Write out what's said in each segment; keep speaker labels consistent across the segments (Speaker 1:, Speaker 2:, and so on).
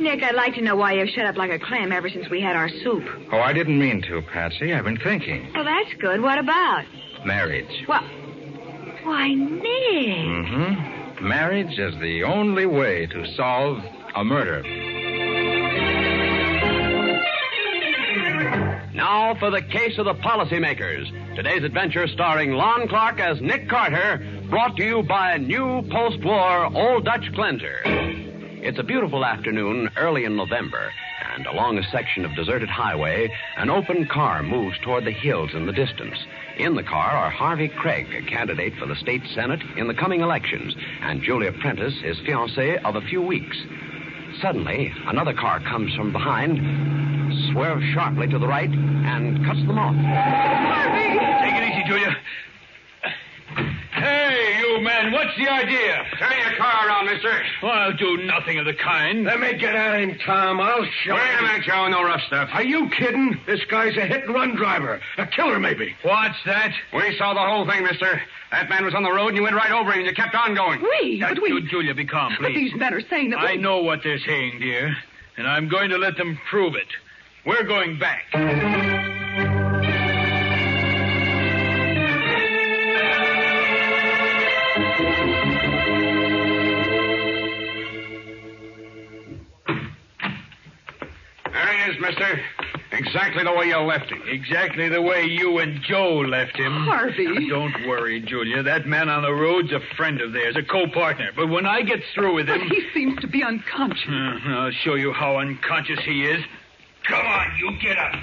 Speaker 1: Nick, I'd like to know why you've shut up like a clam ever since we had our soup.
Speaker 2: Oh, I didn't mean to, Patsy. I've been thinking.
Speaker 1: Well, that's good. What about?
Speaker 2: Marriage.
Speaker 1: Well, why, Nick?
Speaker 2: Mm-hmm. Marriage is the only way to solve a murder.
Speaker 3: Now for the case of the policymakers. Today's adventure starring Lon Clark as Nick Carter, brought to you by new post war Old Dutch Cleanser. It's a beautiful afternoon early in November, and along a section of deserted highway, an open car moves toward the hills in the distance. In the car are Harvey Craig, a candidate for the state senate in the coming elections, and Julia Prentice, his fiancée of a few weeks. Suddenly, another car comes from behind, swerves sharply to the right, and cuts them off.
Speaker 4: Take it easy, Julia. Hey, you men, what's the idea?
Speaker 5: Turn your car around, mister.
Speaker 4: Well, I'll do nothing of the kind.
Speaker 5: Let me get at him, Tom. I'll show Wait a minute, Joe. No rough stuff.
Speaker 6: Are you kidding? This guy's a hit and run driver. A killer, maybe.
Speaker 4: What's that?
Speaker 5: We saw the whole thing, mister. That man was on the road, and you went right over him, and you kept on going.
Speaker 1: We, but
Speaker 4: Now, Ju-
Speaker 1: we.
Speaker 4: Julia, be calm,
Speaker 1: But
Speaker 4: please.
Speaker 1: these men are saying that
Speaker 4: I
Speaker 1: we-
Speaker 4: know what they're saying, dear, and I'm going to let them prove it. We're going back.
Speaker 5: There he is, mister. Exactly the way you left him.
Speaker 4: Exactly the way you and Joe left him.
Speaker 1: Harvey.
Speaker 4: Don't worry, Julia. That man on the road's a friend of theirs, a co-partner. But when I get through with
Speaker 1: But
Speaker 4: him,
Speaker 1: he seems to be unconscious.
Speaker 4: Uh, I'll show you how unconscious he is. Come on, you get up.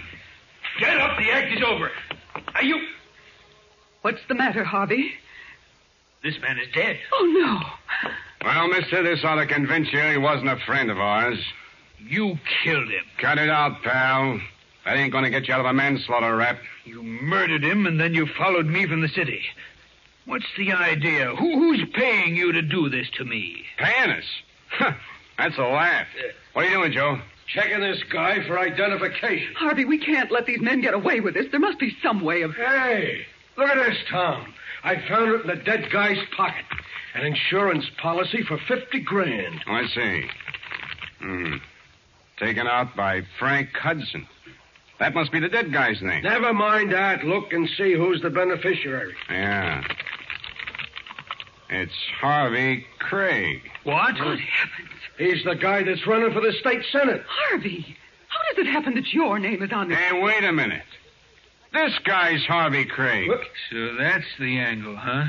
Speaker 4: Get up. The act is over. Are you?
Speaker 1: What's the matter, Harvey?
Speaker 4: This man is dead.
Speaker 1: Oh, no.
Speaker 5: Well, mister, this ought to convince you he wasn't a friend of ours.
Speaker 4: You killed him.
Speaker 5: Cut it out, pal. That ain't going to get you out of a manslaughter rap.
Speaker 4: You murdered him, and then you followed me from the city. What's the idea? Who, who's paying you to do this to me?
Speaker 5: Paying us. Huh, That's a laugh. What are you doing, Joe?
Speaker 6: Checking this guy for identification.
Speaker 1: Harvey, we can't let these men get away with this. There must be some way of.
Speaker 6: Hey, look at this, Tom. I found it in the dead guy's pocket. An insurance policy for 50 grand.
Speaker 5: Let's Oh, see. Hmm. Taken out by Frank Hudson. That must be the dead guy's name.
Speaker 6: Never mind that. Look and see who's the beneficiary.
Speaker 5: Yeah. It's Harvey Craig.
Speaker 4: What?
Speaker 6: He's the guy that's running for the state senate.
Speaker 1: Harvey, how does it happen that your name is on this?
Speaker 5: Hey, wait a minute. This guy's Harvey Craig.
Speaker 6: What?
Speaker 4: So that's the angle, huh?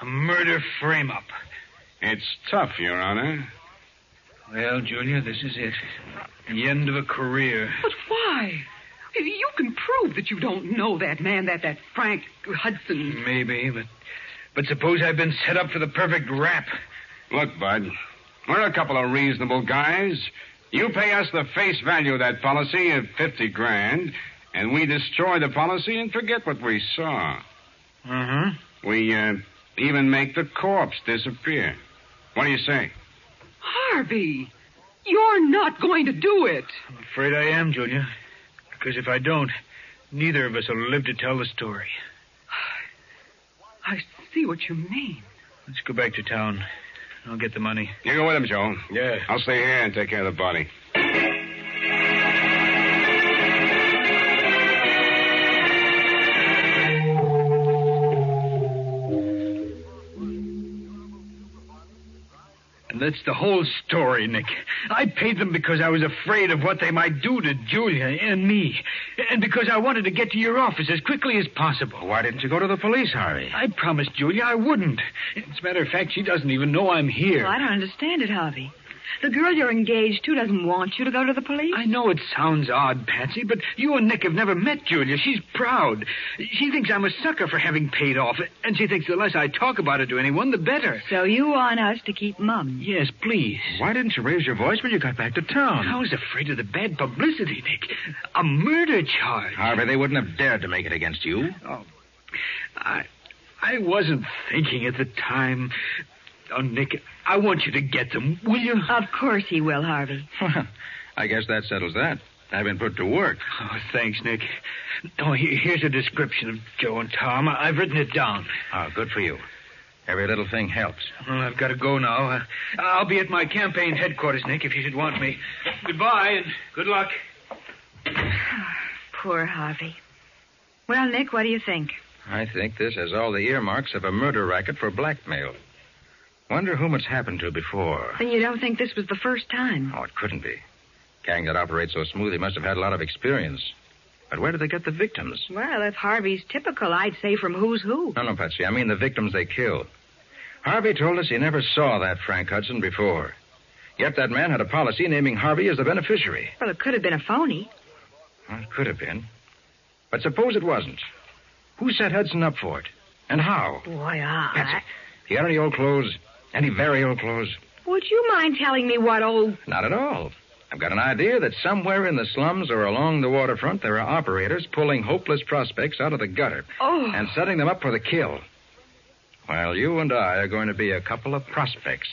Speaker 4: A murder frame-up.
Speaker 5: It's tough, Your Honor.
Speaker 4: Well, Julia, this is it. The end of a career.
Speaker 1: But why? You can prove that you don't know that man, that, that Frank Hudson.
Speaker 4: Maybe, but but suppose I've been set up for the perfect rap.
Speaker 5: Look, Bud, we're a couple of reasonable guys. You pay us the face value of that policy of 50 grand, and we destroy the policy and forget what we saw.
Speaker 4: Uh-huh.
Speaker 3: Mm-hmm.
Speaker 5: We uh, even make the corpse disappear. What do you say?
Speaker 1: Harvey, you're not going to do it.
Speaker 4: I'm afraid I am, Julia. Because if I don't, neither of us will live to tell the story.
Speaker 1: I see what you mean.
Speaker 4: Let's go back to town. I'll get the money.
Speaker 5: You go with him, Joe.
Speaker 4: Yeah.
Speaker 5: I'll stay here and take care of the body.
Speaker 4: And that's the whole story, Nick. I paid them because I was afraid of what they might do to Julia and me, and because I wanted to get to your office as quickly as possible.
Speaker 3: Why didn't you go to the police, Harvey?
Speaker 4: I promised Julia I wouldn't. As a matter of fact, she doesn't even know I'm here.
Speaker 7: Well, I don't understand it, Harvey. The girl you're engaged to doesn't want you to go to the police.
Speaker 4: I know it sounds odd, Patsy, but you and Nick have never met Julia. She's proud. She thinks I'm a sucker for having paid off, and she thinks the less I talk about it to anyone, the better.
Speaker 7: So you want us to keep mum?
Speaker 4: Yes, please.
Speaker 3: Why didn't you raise your voice when you got back to town?
Speaker 4: I was afraid of the bad publicity, Nick. A murder charge.
Speaker 3: Harvey, they wouldn't have dared to make it against you.
Speaker 4: Oh, I, I wasn't thinking at the time. Oh, Nick, I want you to get them, will you?
Speaker 7: Of course he will, Harvey.
Speaker 3: I guess that settles that. I've been put to work.
Speaker 4: Oh, thanks, Nick. Oh, he- here's a description of Joe and Tom. I- I've written it down.
Speaker 3: Oh, good for you. Every little thing helps.
Speaker 4: Well, I've got to go now. Uh, I'll be at my campaign headquarters, Nick, if you should want me. Goodbye and good luck.
Speaker 7: Poor Harvey. Well, Nick, what do you think?
Speaker 3: I think this has all the earmarks of a murder racket for blackmail. Wonder whom it's happened to before.
Speaker 7: Then you don't think this was the first time.
Speaker 3: Oh, it couldn't be. Gang that operates so smoothly must have had a lot of experience. But where did they get the victims?
Speaker 7: Well, if Harvey's typical, I'd say from who's who.
Speaker 3: No, no, Patsy. I mean the victims they killed. Harvey told us he never saw that Frank Hudson before. Yet that man had a policy naming Harvey as the beneficiary.
Speaker 7: Well, it could have been a phony.
Speaker 3: Well, it could have been. But suppose it wasn't. Who set Hudson up for it? And how?
Speaker 7: Boy, I.
Speaker 3: Patsy. He had any old clothes? Any very old clothes?
Speaker 7: Would you mind telling me what old.
Speaker 3: Not at all. I've got an idea that somewhere in the slums or along the waterfront there are operators pulling hopeless prospects out of the gutter
Speaker 7: Oh.
Speaker 3: and setting them up for the kill. Well, you and I are going to be a couple of prospects.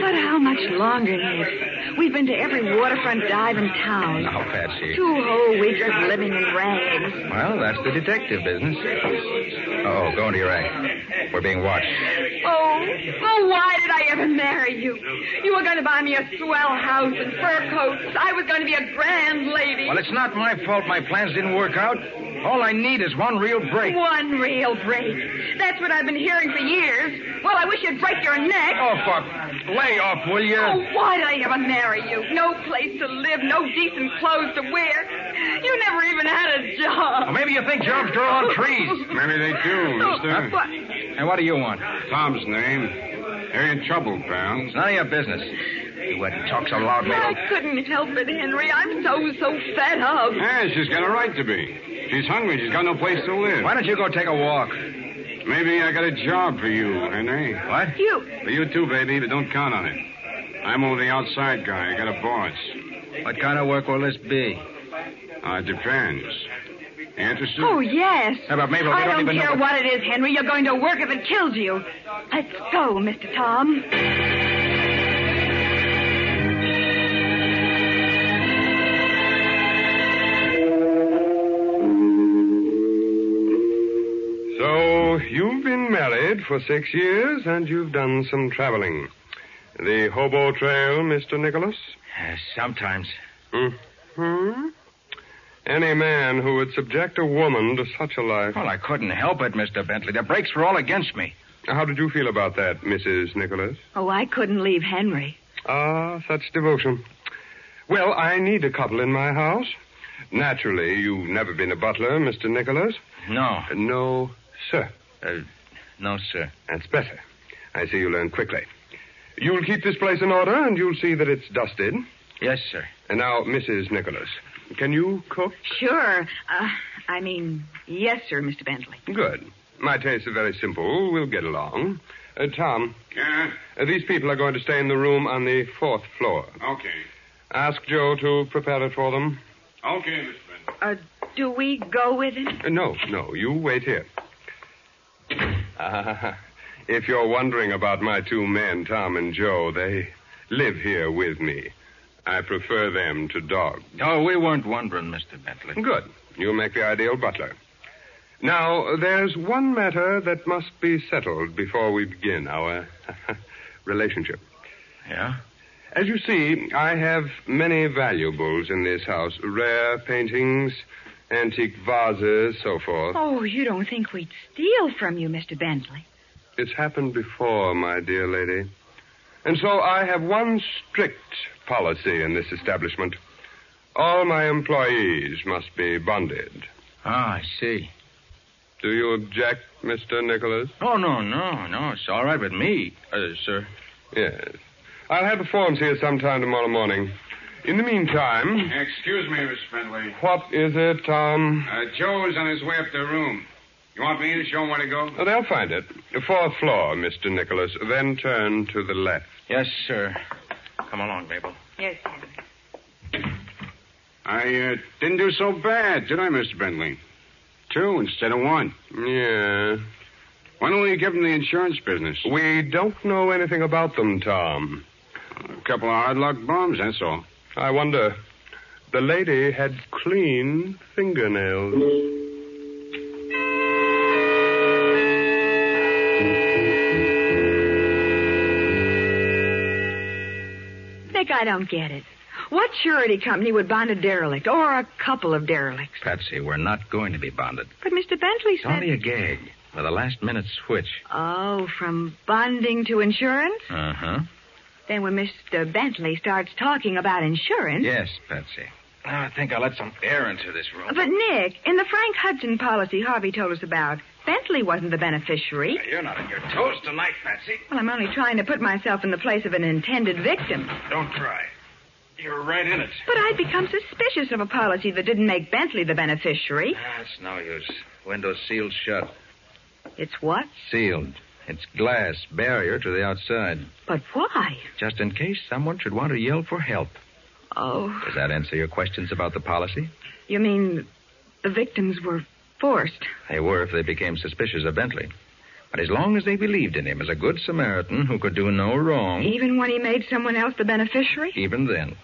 Speaker 7: But how much longer, Nick? We've been to every waterfront dive in town.
Speaker 3: Now, Patsy.
Speaker 7: Two whole weeks of living in rags.
Speaker 3: Well, that's the detective business. Oh, go into your act. We're being watched.
Speaker 7: Oh, oh, why did I ever marry you? You were going to buy me a swell house and fur coats. I was going to be a grand lady.
Speaker 3: Well, it's not my fault my plans didn't work out. All I need is one real break.
Speaker 7: One real break. That's what I've been hearing for years. Well, I wish you'd break your neck.
Speaker 3: Oh, fuck. Lay off, will you?
Speaker 7: Oh, why did I ever marry you? No place to live, no decent clothes to wear. You never even had a job.
Speaker 3: Well, maybe you think jobs grow on trees.
Speaker 5: Maybe they do, mister.
Speaker 7: What?
Speaker 3: And what do you want?
Speaker 5: Tom's name. They're in trouble, pal.
Speaker 3: It's none of your business. You wouldn't talk so loud,
Speaker 7: I
Speaker 3: Mabel.
Speaker 7: couldn't help it, Henry. I'm so, so fed up.
Speaker 5: Yeah, she's got a right to be. She's hungry. She's got no place to live.
Speaker 3: Why don't you go take a walk?
Speaker 5: Maybe I got a job for you, Henry.
Speaker 3: What?
Speaker 7: You,
Speaker 5: For you too, baby, but don't count on it. I'm only the outside guy. I got a boss.
Speaker 3: What kind of work will this be?
Speaker 5: Uh, it depends. Interested?
Speaker 7: Oh, yes.
Speaker 3: How about Mabel? They
Speaker 7: I
Speaker 3: don't
Speaker 7: don't
Speaker 3: even know
Speaker 7: care
Speaker 3: what-
Speaker 7: what it is, Henry. You're going to work if it kills you. Let's go, Mr. Tom.
Speaker 5: So, you've been married for six years and you've done some traveling. The hobo trail, Mr. Nicholas?
Speaker 3: Uh, sometimes.
Speaker 5: Hmm? Any man who would subject a woman to such a life.
Speaker 3: Well, I couldn't help it, Mr. Bentley. The brakes were all against me.
Speaker 5: How did you feel about that, Mrs. Nicholas?
Speaker 7: Oh, I couldn't leave Henry.
Speaker 5: Ah, such devotion. Well, I need a couple in my house. Naturally, you've never been a butler, Mr. Nicholas.
Speaker 3: No.
Speaker 5: No, sir.
Speaker 3: Uh, no, sir.
Speaker 5: That's better. I see you learn quickly. You'll keep this place in order, and you'll see that it's dusted.
Speaker 3: Yes, sir.
Speaker 5: And now, Mrs. Nicholas, can you cook?
Speaker 7: Sure. Uh, I mean, yes, sir, Mr. Bentley.
Speaker 5: Good. My tastes are very simple. We'll get along. Uh, Tom. Yeah? these people are going to stay in the room on the fourth floor. Okay. Ask Joe to prepare it for them. Okay, Miss Benton.
Speaker 7: Uh, do we go with him?
Speaker 5: Uh, no, no. You wait here. Ah, if you're wondering about my two men, Tom and Joe, they live here with me. I prefer them to dogs.
Speaker 3: No, we weren't wondering, Mr. Bentley.
Speaker 5: Good. You make the ideal butler. Now, there's one matter that must be settled before we begin our relationship.
Speaker 3: Yeah?
Speaker 5: As you see, I have many valuables in this house rare paintings, antique vases, so forth.
Speaker 7: Oh, you don't think we'd steal from you, Mr. Bentley?
Speaker 5: It's happened before, my dear lady. And so I have one strict policy in this establishment. All my employees must be bonded.
Speaker 4: Ah, I see.
Speaker 5: Do you object, Mr. Nicholas?
Speaker 4: Oh, no, no, no. It's all right with me, uh, sir.
Speaker 5: Yes. I'll have the forms here sometime tomorrow morning. In the meantime,
Speaker 2: Excuse me, Miss Bentley.
Speaker 5: what is it, um, Tom?
Speaker 2: Uh, Joe's on his way up to the room. You want me to show him where to go?
Speaker 5: Oh, they'll find it. Fourth floor, Mr. Nicholas. Then turn to the left.
Speaker 4: Yes, sir. Come along, Mabel.
Speaker 7: Yes,
Speaker 2: I uh, didn't do so bad, did I, Mr. Bentley? Two instead of one.
Speaker 5: Yeah.
Speaker 2: Why don't we give him the insurance business?
Speaker 5: We don't know anything about them, Tom.
Speaker 2: A couple of hard luck bombs, that's all.
Speaker 5: I wonder. The lady had clean fingernails.
Speaker 7: Nick, I don't get it. What surety company would bond a derelict or a couple of derelicts?
Speaker 4: Patsy, we're not going to be bonded.
Speaker 7: But Mr. Bentley
Speaker 4: It's
Speaker 7: said.
Speaker 4: only a gag with a last minute switch.
Speaker 7: Oh, from bonding to insurance?
Speaker 4: Uh huh.
Speaker 7: Then when Mr. Bentley starts talking about insurance.
Speaker 4: Yes, Patsy. Now I think I let some air into this room.
Speaker 7: But, Nick, in the Frank Hudson policy Harvey told us about, Bentley wasn't the beneficiary.
Speaker 4: You're not on your toes tonight, Patsy.
Speaker 7: Well, I'm only trying to put myself in the place of an intended victim.
Speaker 4: Don't try. You're right in it.
Speaker 7: But I'd become suspicious of a policy that didn't make Bentley the beneficiary.
Speaker 4: That's no use. Window sealed shut.
Speaker 7: It's what?
Speaker 4: Sealed. It's glass barrier to the outside,
Speaker 7: But why?
Speaker 4: just in case someone should want to yell for help.
Speaker 7: Oh,
Speaker 4: Does that answer your questions about the policy?
Speaker 7: you mean the victims were forced?
Speaker 4: They were if they became suspicious of Bentley. But as long as they believed in him as a good Samaritan who could do no wrong,
Speaker 7: Even when he made someone else the beneficiary?
Speaker 4: even then.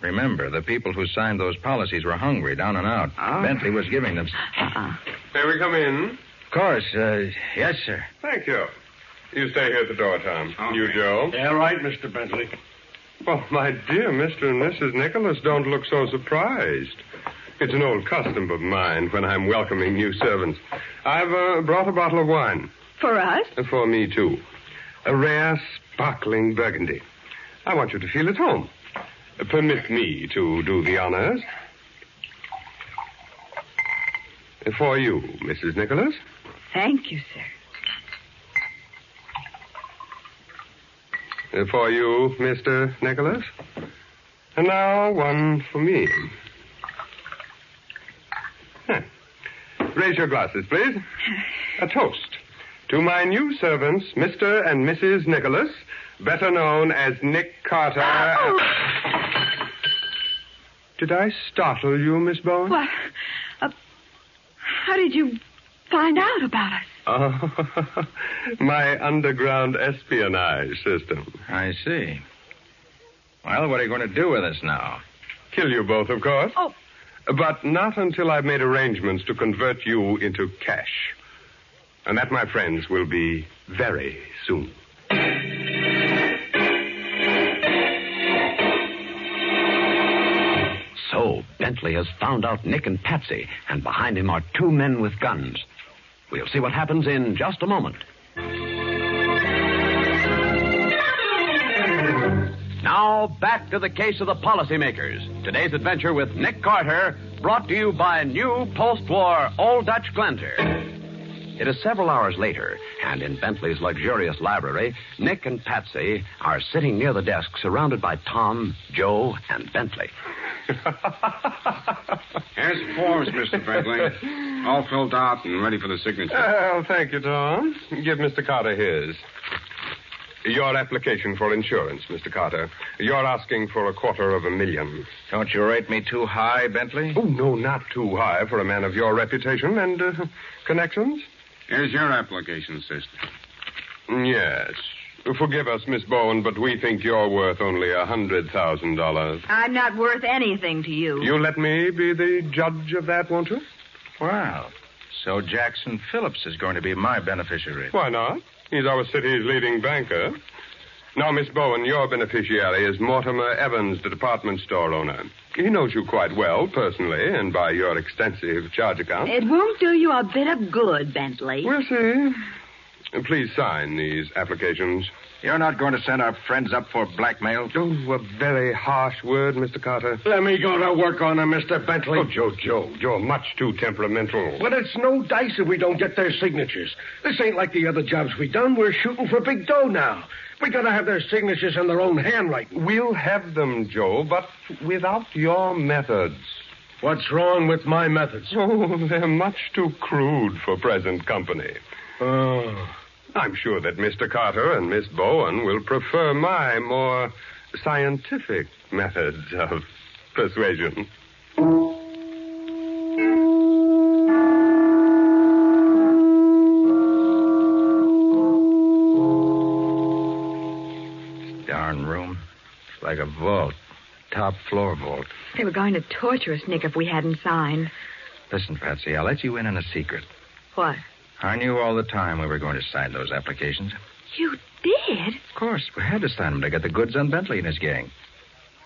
Speaker 4: Remember, the people who signed those policies were hungry, down and out. Bentley was giving them.
Speaker 5: May we come in?
Speaker 4: Of course, uh, yes, sir.
Speaker 5: Thank you. You stay here at the door, Tom.
Speaker 2: Okay.
Speaker 5: You, Joe.
Speaker 8: Yeah, right, Mr. Bentley.
Speaker 5: Well, my dear Mr. and Mrs. Nicholas, don't look so surprised. It's an old custom of mine when I'm welcoming new servants. I've uh, brought a bottle of wine.
Speaker 7: For us?
Speaker 5: And For me, too. A rare, sparkling burgundy. I want you to feel at home. Uh, Permit me to do the honors. For you, Mrs. Nicholas.
Speaker 7: Thank you, sir.
Speaker 5: Uh, For you, Mr. Nicholas. And now one for me. Huh. Raise your glasses, please. A toast to my new servants, Mr. and Mrs. Nicholas, better known as Nick Carter. Did I startle you, Miss Bowen?
Speaker 7: What? Uh, how did you find out about us?
Speaker 5: Oh, my underground espionage system.
Speaker 4: I see. Well, what are you going to do with us now?
Speaker 5: Kill you both, of course.
Speaker 7: Oh.
Speaker 5: But not until I've made arrangements to convert you into cash. And that, my friends, will be very soon.
Speaker 3: So, Bentley has found out Nick and Patsy, and behind him are two men with guns. We'll see what happens in just a moment. Now, back to the case of the policymakers. Today's adventure with Nick Carter, brought to you by new post war Old Dutch Glenzer. It is several hours later, and in Bentley's luxurious library, Nick and Patsy are sitting near the desk, surrounded by Tom, Joe, and Bentley.
Speaker 2: Here's the forms, Mr. Bentley. All filled out and ready for the signature.
Speaker 5: Well, thank you, Tom. Give Mr. Carter his. Your application for insurance, Mr. Carter. You're asking for a quarter of a million.
Speaker 4: Don't you rate me too high, Bentley?
Speaker 5: Oh, no, not too high for a man of your reputation and uh, connections.
Speaker 2: Here's your application, sister.
Speaker 5: Yes. Forgive us, Miss Bowen, but we think you're worth only a hundred thousand dollars.
Speaker 7: I'm not worth anything to you.
Speaker 5: You let me be the judge of that, won't you?
Speaker 4: Well, so Jackson Phillips is going to be my beneficiary.
Speaker 5: Why not? He's our city's leading banker. Now, Miss Bowen, your beneficiary is Mortimer Evans, the department store owner. He knows you quite well, personally, and by your extensive charge account.
Speaker 7: It won't do you a bit of good, Bentley.
Speaker 5: We'll see. Please sign these applications.
Speaker 2: You're not going to send our friends up for blackmail?
Speaker 5: Oh, a very harsh word, Mr. Carter.
Speaker 6: Let me go to work on her, Mr. Bentley.
Speaker 5: Oh, Joe, Joe, you're much too temperamental.
Speaker 6: But it's no dice if we don't get their signatures. This ain't like the other jobs we done. We're shooting for big dough now. We gotta have their signatures in their own handwriting.
Speaker 5: We'll have them, Joe, but without your methods.
Speaker 6: What's wrong with my methods?
Speaker 5: Oh, they're much too crude for present company.
Speaker 6: Oh.
Speaker 5: I'm sure that Mr. Carter and Miss Bowen will prefer my more scientific methods of persuasion.
Speaker 2: Darn room. It's like a vault. Top floor vault.
Speaker 7: They were going to torture us, Nick, if we hadn't signed.
Speaker 2: Listen, Patsy, I'll let you in on a secret.
Speaker 7: What?
Speaker 2: I knew all the time we were going to sign those applications.
Speaker 7: You did?
Speaker 2: Of course, we had to sign them to get the goods on Bentley and his gang.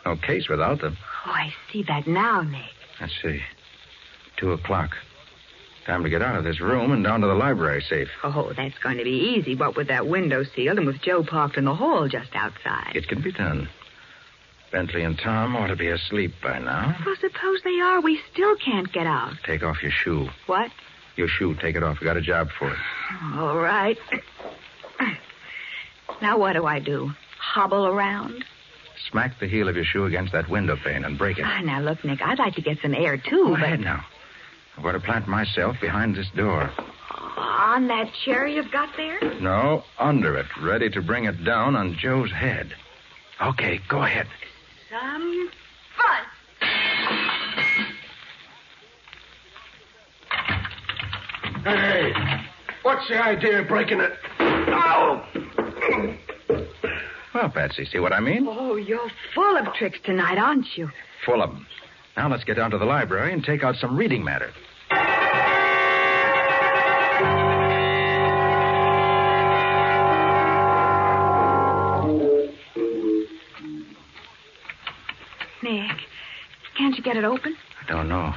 Speaker 2: No case without them.
Speaker 7: Oh, I see that now, Nick.
Speaker 2: Let's see. Two o'clock. Time to get out of this room and down to the library safe.
Speaker 7: Oh, that's going to be easy, what with that window sealed and with Joe parked in the hall just outside.
Speaker 2: It can be done. Bentley and Tom ought to be asleep by now.
Speaker 7: Well, suppose they are. We still can't get out.
Speaker 2: Take off your shoe.
Speaker 7: What?
Speaker 2: Your shoe, take it off. We got a job for it.
Speaker 7: All right. Now what do I do? Hobble around?
Speaker 2: Smack the heel of your shoe against that window pane and break it.
Speaker 7: Ah, now look, Nick, I'd like to get some air too,
Speaker 2: Go
Speaker 7: but
Speaker 2: ahead now. I'm going to plant myself behind this door.
Speaker 7: on that chair you've got there?
Speaker 2: No, under it, ready to bring it down on Joe's head. Okay, go ahead.
Speaker 7: Some fun.
Speaker 6: Hey, what's the idea of breaking it? Ow!
Speaker 2: Well, Patsy, see what I mean?
Speaker 7: Oh, you're full of tricks tonight, aren't you?
Speaker 2: Full of 'em. Now let's get down to the library and take out some reading matter.
Speaker 7: Nick, can't you get it open?
Speaker 2: I don't know.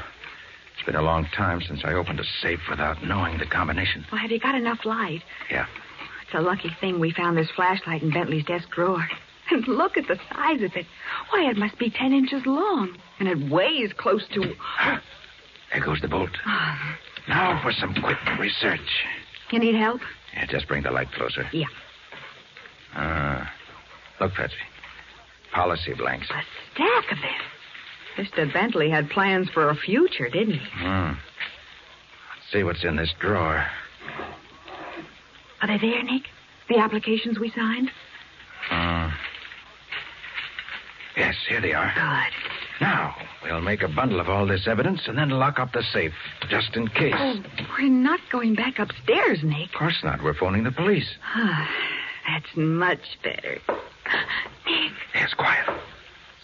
Speaker 2: It's been a long time since I opened a safe without knowing the combination.
Speaker 7: Well, have you got enough light?
Speaker 2: Yeah.
Speaker 7: It's a lucky thing we found this flashlight in Bentley's desk drawer. And look at the size of it. Why, it must be ten inches long. And it weighs close to.
Speaker 2: There goes the bolt. Now for some quick research.
Speaker 7: You need help?
Speaker 2: Yeah, just bring the light closer.
Speaker 7: Yeah.
Speaker 2: Ah. Look, Patsy. Policy blanks.
Speaker 7: A stack of them. Mr. Bentley had plans for a future, didn't he?
Speaker 2: Hmm. Let's see what's in this drawer.
Speaker 7: Are they there, Nick? The applications we signed?
Speaker 2: Hmm. Yes, here they are.
Speaker 7: Good.
Speaker 2: Now, we'll make a bundle of all this evidence and then lock up the safe, just in case.
Speaker 7: Oh, we're not going back upstairs, Nick.
Speaker 2: Of course not. We're phoning the police.
Speaker 7: Ah, That's much better. Nick,
Speaker 2: Yes, quiet.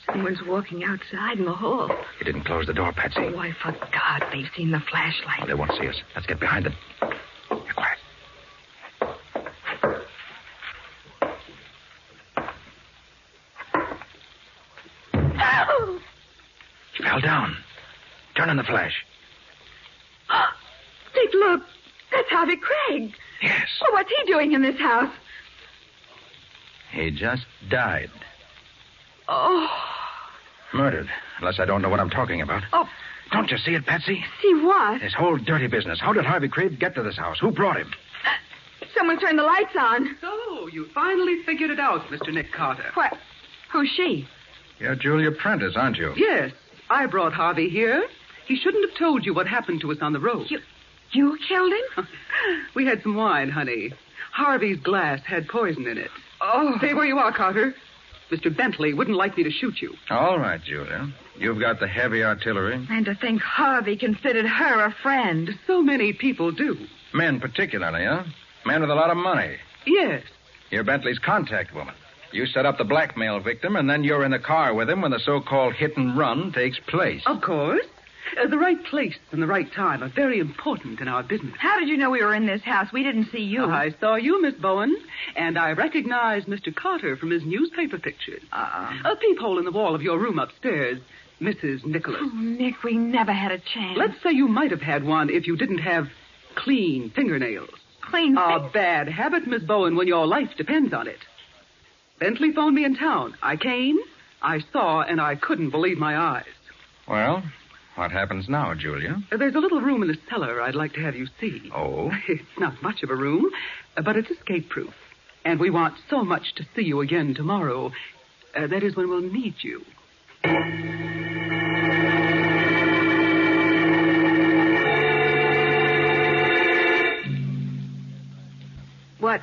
Speaker 7: someone's walking outside in the hall.
Speaker 2: You didn't close the door, Patsy.
Speaker 7: Oh, I forgot they've seen the
Speaker 2: Oh,
Speaker 7: flashlight.
Speaker 2: they won't see us. Let's get behind them. Be quiet.
Speaker 7: Oh!
Speaker 2: She fell down. Turn on the flash.
Speaker 7: Nick, look. That's Harvey Craig.
Speaker 2: Yes.
Speaker 7: Well, what's he doing in this house?
Speaker 2: He just died.
Speaker 7: Oh,
Speaker 2: Murdered. Unless I don't know what I'm talking about.
Speaker 7: oh,
Speaker 2: Don't you see it, Patsy?
Speaker 7: see what?
Speaker 2: This whole dirty business. How did Harvey Crave get to this house? Who brought him?
Speaker 7: Someone turned the lights on.
Speaker 1: So, you finally figured it out, Mr. Nick Carter.
Speaker 7: What? Who's she?
Speaker 2: You're Julia Prentice, aren't you?
Speaker 1: Yes, I brought Harvey here. He shouldn't have told you what happened to us on the road.
Speaker 7: You, you killed him?
Speaker 1: We had some wine, honey. Harvey's glass had poison in it. Oh. Stay where you are, Carter. Mr. Bentley wouldn't like me to shoot you.
Speaker 2: All right, Julia. You've got the heavy artillery.
Speaker 7: And to think Harvey considered her a friend.
Speaker 1: So many people do.
Speaker 2: Men particularly, huh? Men with a lot of money.
Speaker 1: Yes.
Speaker 2: You're Bentley's contact woman. You set up the blackmail victim, and then you're in the car with him when the so-called hit and run takes place.
Speaker 1: Of course. Uh, the right place and the right time are very important in our business.
Speaker 7: How did you know we were in this house? We didn't see you.
Speaker 1: I saw you, Miss Bowen, and I recognized Mr. Carter from his newspaper pictures. Uh-uh. A peephole in the wall of your room upstairs, Mrs. Nicholas.
Speaker 7: Oh, Nick, we never had a chance.
Speaker 1: Let's say you might have had one if you didn't have clean fingernails.
Speaker 7: Clean
Speaker 1: A bad habit, Miss Bowen, when your life depends on it. Bentley phoned me in town. I came, I saw, and I couldn't believe my eyes.
Speaker 2: Well, what happens now, Julia?
Speaker 1: Uh, There's a little room in the cellar I'd like to have you see.
Speaker 2: Oh?
Speaker 1: It's not much of a room, uh, but it's escape proof. And we want so much to see you again tomorrow. Uh, that is when we'll need you.
Speaker 7: What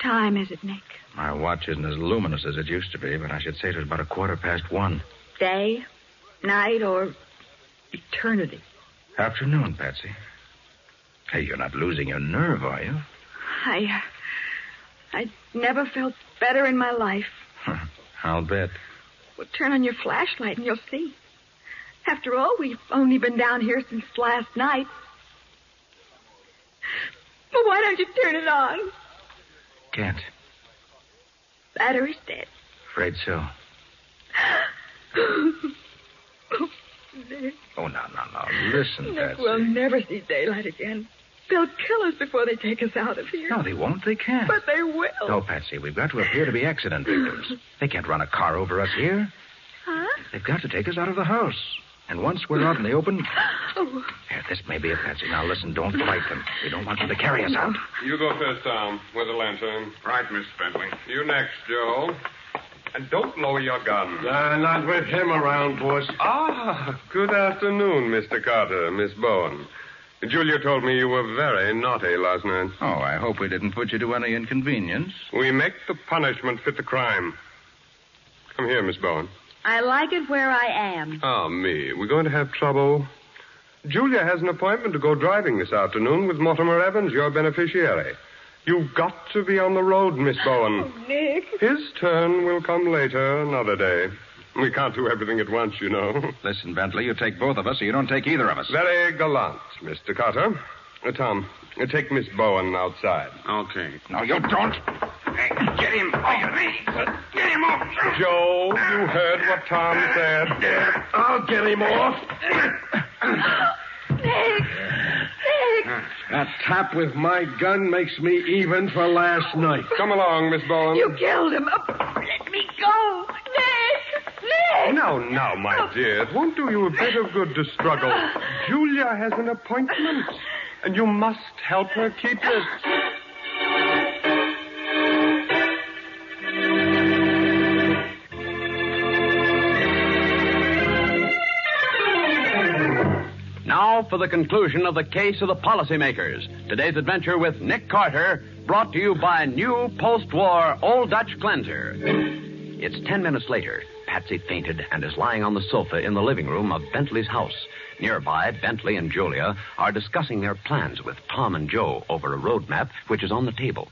Speaker 7: time is it, Nick?
Speaker 2: My watch isn't as luminous as it used to be, but I should say it was about a quarter past one.
Speaker 7: Day, night, or eternity?
Speaker 2: Afternoon, Patsy. Hey, you're not losing your nerve, are you?
Speaker 7: I. uh, I never felt better in my life.
Speaker 2: I'll bet.
Speaker 7: Well, turn on your flashlight and you'll see. After all, we've only been down here since last night. Well, why don't you turn it on?
Speaker 2: Can't.
Speaker 7: Battery's dead.
Speaker 2: Afraid so.
Speaker 7: Nick,
Speaker 2: Oh, no, no, no. Listen,
Speaker 7: Nick,
Speaker 2: Patsy.
Speaker 7: we'll never see daylight again. They'll kill us before they take us out of here.
Speaker 2: No, they won't. They can't.
Speaker 7: But they will.
Speaker 2: No, Patsy, we've got to appear to be accident victims. They can't run a car over us here.
Speaker 7: Huh?
Speaker 2: They've got to take us out of the house. And once we're out in the open,
Speaker 7: Oh,
Speaker 2: Here, this may be it, Patsy. Now listen, don't fight them. We don't want them to carry us out.
Speaker 5: You go first, Tom, with the lantern. Right, Miss Bentley. You next, Joe. Uh, And don't lower your gun.
Speaker 9: not with him around, boss.
Speaker 5: Ah, good afternoon, Mr. Carter, Miss Bowen. Julia told me you were very naughty last night.
Speaker 2: Oh, I hope we didn't put you to any inconvenience.
Speaker 5: We make the punishment fit the crime. Come here, Miss Bowen.
Speaker 7: I like it where I am.
Speaker 5: Ah, me. We're going to have trouble. Julia has an appointment to go driving this afternoon with Mortimer Evans, your beneficiary. You've got to be on the road, Miss Bowen.
Speaker 7: Nick.
Speaker 5: His turn will come later, another day. We can't do everything at once, you know.
Speaker 2: Listen, Bentley, you take both of us, or you don't take either of us.
Speaker 5: Very gallant, Mr. Carter. Uh, Tom, uh, take Miss Bowen outside.
Speaker 9: Okay.
Speaker 2: No, you don't.
Speaker 9: Get him off me. Get him off.
Speaker 5: Joe, you heard what Tom said.
Speaker 6: I'll get him off. That tap with my gun makes me even for last night.
Speaker 5: Come along, Miss Bowen.
Speaker 7: You killed him. Oh, let me go. Nick! Nick!
Speaker 5: Now, now, Oh, my dear, it won't do you a bit of good to struggle. Julia has an appointment, and you must help her keep it.
Speaker 3: Now for the conclusion of the case of the policymakers. Today's adventure with Nick Carter, brought to you by new post war Old Dutch cleanser. It's ten minutes later. Patsy fainted and is lying on the sofa in the living room of Bentley's house. Nearby, Bentley and Julia are discussing their plans with Tom and Joe over a road map which is on the table.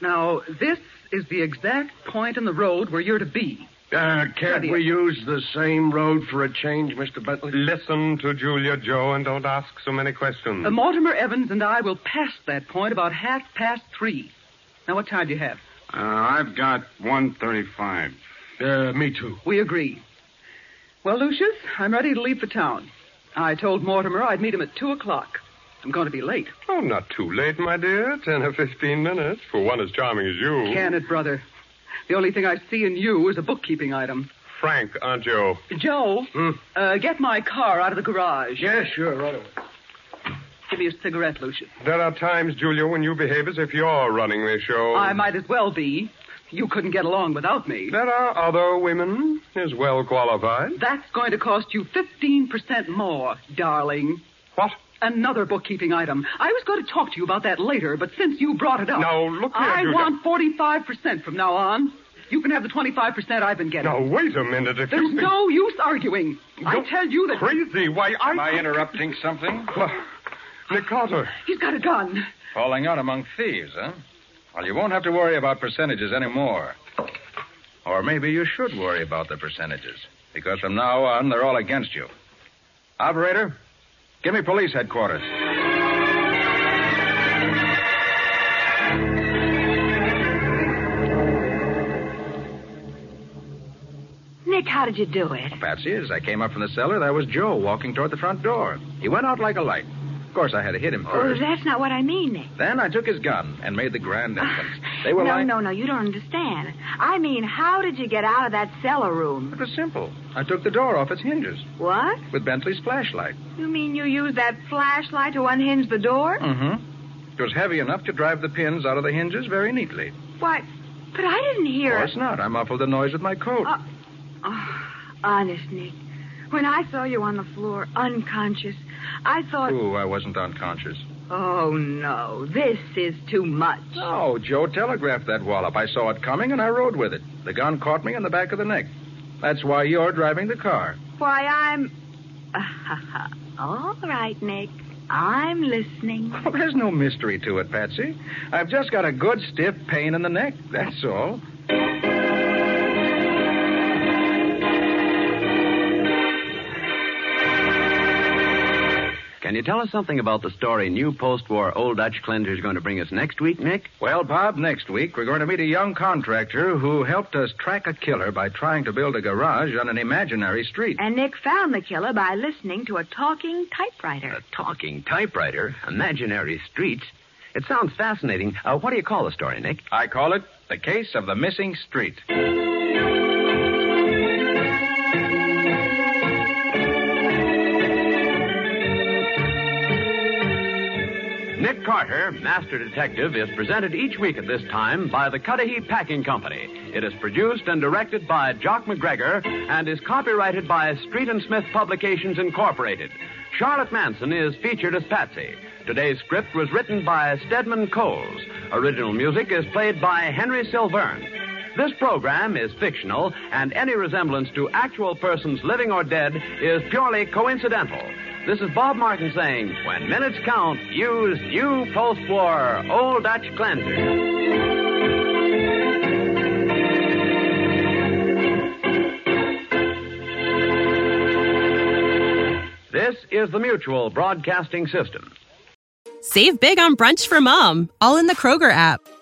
Speaker 1: Now, this is the exact point in the road where you're to be.
Speaker 6: Uh, can't
Speaker 1: Ready.
Speaker 6: we use the same road for a change, Mr. Bentley?
Speaker 5: Listen to Julia, Joe, and don't ask so many questions.
Speaker 1: Uh, Mortimer Evans and I will pass that point about half past three. Now, what time do you have?
Speaker 9: Uh, I've got 135.
Speaker 6: Uh, me too.
Speaker 1: We agree. Well, Lucius, I'm ready to leave for town. I told Mortimer I'd meet him at two o'clock. I'm going to be late.
Speaker 5: Oh, not too late, my dear. Ten or fifteen minutes for one as charming as you.
Speaker 1: Can it, brother? The only thing I see in you is a bookkeeping item.
Speaker 5: Frank, aren't you?
Speaker 1: Joe,
Speaker 5: Hmm?
Speaker 1: uh, get my car out of the garage.
Speaker 6: Yeah, sure, right away.
Speaker 1: Give me a cigarette, Lucius.
Speaker 5: There are times, Julia, when you behave as if you're running the show.
Speaker 1: I might as well be. You couldn't get along without me.
Speaker 5: There are other women as well qualified.
Speaker 1: That's going to cost you 15% more, darling.
Speaker 5: What?
Speaker 1: Another bookkeeping item. I was going to talk to you about that later, but since you brought it up.
Speaker 5: Now, look here,
Speaker 1: I
Speaker 5: Julia.
Speaker 1: want 45% from now on. You can have the 25% I've been getting.
Speaker 5: Now, wait a minute. If
Speaker 1: There's
Speaker 5: you think
Speaker 1: no use arguing. I
Speaker 5: Don't-
Speaker 1: tell you that
Speaker 5: crazy, why I...
Speaker 2: Am I interrupting something?
Speaker 5: Nick Carter.
Speaker 1: he's got a gun.
Speaker 2: Falling out among thieves, huh? Well, you won't have to worry about percentages anymore. Or maybe you should worry about the percentages, because from now on, they're all against you.
Speaker 10: Operator, give me police headquarters.
Speaker 7: Nick, how did you do it?
Speaker 2: Patsy, as I came up from the cellar, there was Joe walking toward the front door. He went out like a light. Of course, I had to hit him
Speaker 7: Oh,
Speaker 2: first.
Speaker 7: that's not what I mean, Nick.
Speaker 2: Then I took his gun and made the grand entrance. They were
Speaker 7: Ah, no,
Speaker 2: lying.
Speaker 7: no, no, you don't understand. I mean, how did you get out of that cellar room?
Speaker 2: It was simple. I took the door off its hinges
Speaker 7: What?
Speaker 2: with Bentley's flashlight.
Speaker 7: You mean you used that flashlight to unhinge the door?
Speaker 2: Mm-hmm. It was heavy enough to drive the pins out of the hinges very neatly.
Speaker 7: Why, but I didn't hear
Speaker 2: Of
Speaker 7: it.
Speaker 2: course not. I muffled the noise with my coat.
Speaker 7: Uh, oh, honest, Nick. When I saw you on the floor, unconscious, I thought,
Speaker 2: Ooh, I wasn't unconscious.
Speaker 7: oh no, this is too much.
Speaker 2: No, Joe telegraphed that wallop. I saw it coming and I rode with it. The gun caught me in the back of the neck. That's why you're driving the car.
Speaker 7: Why, I'm. All right, Nick. I'm listening.
Speaker 2: Well, there's no mystery to it, Patsy. I've just got a good stiff pain in the neck, that's all.
Speaker 3: Can you tell us something about the story New Post War Old Dutch Cleanser is going to bring us next week, Nick?
Speaker 2: Well, Bob, next week we're going to meet a young contractor who helped us track a killer by trying to build a garage on an imaginary street.
Speaker 7: And Nick found the killer by listening to a talking typewriter.
Speaker 3: Talking typewriter, imaginary streets. It sounds fascinating. Uh, what do you call the story, Nick?
Speaker 2: I call it The Case of the Missing Street.
Speaker 3: Nick Carter, Master Detective, is presented each week at this time by the Cudahy Packing Company. It is produced and directed by Jock McGregor and is copyrighted by Street and Smith Publications Incorporated. Charlotte Manson is featured as Patsy. Today's script was written by Stedman Coles. Original music is played by Henry Silverne. This program is fictional, and any resemblance to actual persons living or dead is purely coincidental. This is Bob Martin saying, when minutes count, use new post war Old Dutch cleanser. This is the Mutual Broadcasting System.
Speaker 11: Save big on brunch for mom, all in the Kroger app.